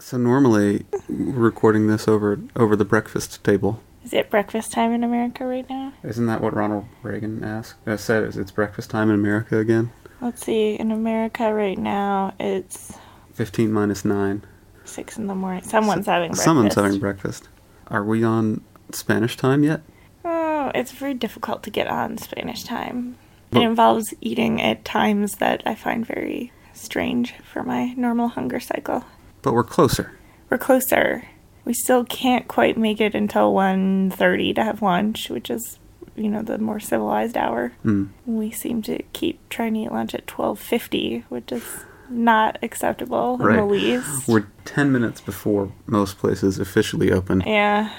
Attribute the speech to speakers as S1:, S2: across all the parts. S1: So normally, we're recording this over over the breakfast table.
S2: Is it breakfast time in America right now?
S1: Isn't that what Ronald Reagan asked? Uh, said it's- it's breakfast time in America again.
S2: Let's see. In America right now, it's
S1: Fifteen minus nine.
S2: six in the morning. Someone's having breakfast.
S1: Someone's having breakfast. Are we on Spanish time yet?
S2: Oh, it's very difficult to get on Spanish time.
S1: But-
S2: It involves eating at times that I find very strange for my normal hunger cycle.
S1: But we're closer.
S2: We're closer. We still can't quite make it until 1.30 to have lunch, which is, you know, the more civilized hour.
S1: Mm.
S2: We seem to keep trying to eat lunch at 12.50, which is not acceptable
S1: Right.
S2: in the least.
S1: We're ten minutes before most places officially open,
S2: Yeah.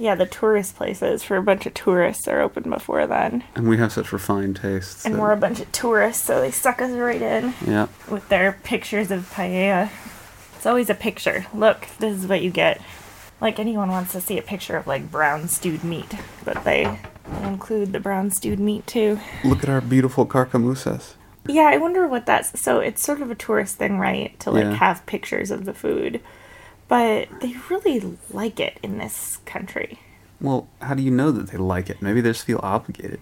S2: Yeah, the tourist places for a bunch of tourists are open before then.
S1: and we have such refined tastes.
S2: And
S1: that-
S2: we're a bunch of tourists, so they suck us right in
S1: yeah.
S2: with their pictures of paella. It's always a picture. Look, this is what you get. Like anyone wants to see a picture of like brown stewed meat, but they include the brown stewed meat too.
S1: Look at our beautiful carcamusas.
S2: Yeah, I wonder what that's so it's sort of a tourist thing, right? To like
S1: Yeah.
S2: have pictures of the food. But they really like it in this country.
S1: Well, how do you know that they like it? Maybe they just feel obligated,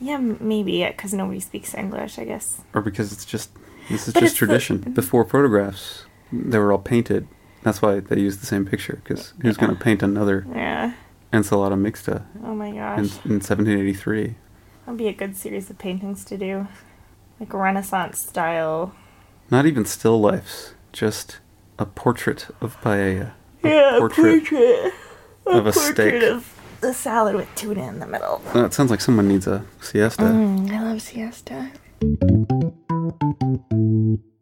S2: Yeah, m- maybe because nobody speaks English, I guess.
S1: or because it's just this is
S2: But
S1: just
S2: it's Mhm. the-
S1: tradition. Before photographs, they were all painted. That's why they used the same picture. Because who's going to paint another
S2: Yeah.
S1: ensalada mixta
S2: Oh my
S1: in,
S2: gosh.
S1: in 1783?
S2: That'd be a good series of paintings to do. Like Renaissance style.
S1: Not even still lifes, just a portrait of paella. A
S2: yeah,
S1: portrait.
S2: portrait.
S1: of a steak.
S2: of the salad with tuna in the middle.
S1: That sounds like someone needs a siesta.
S2: I love siesta.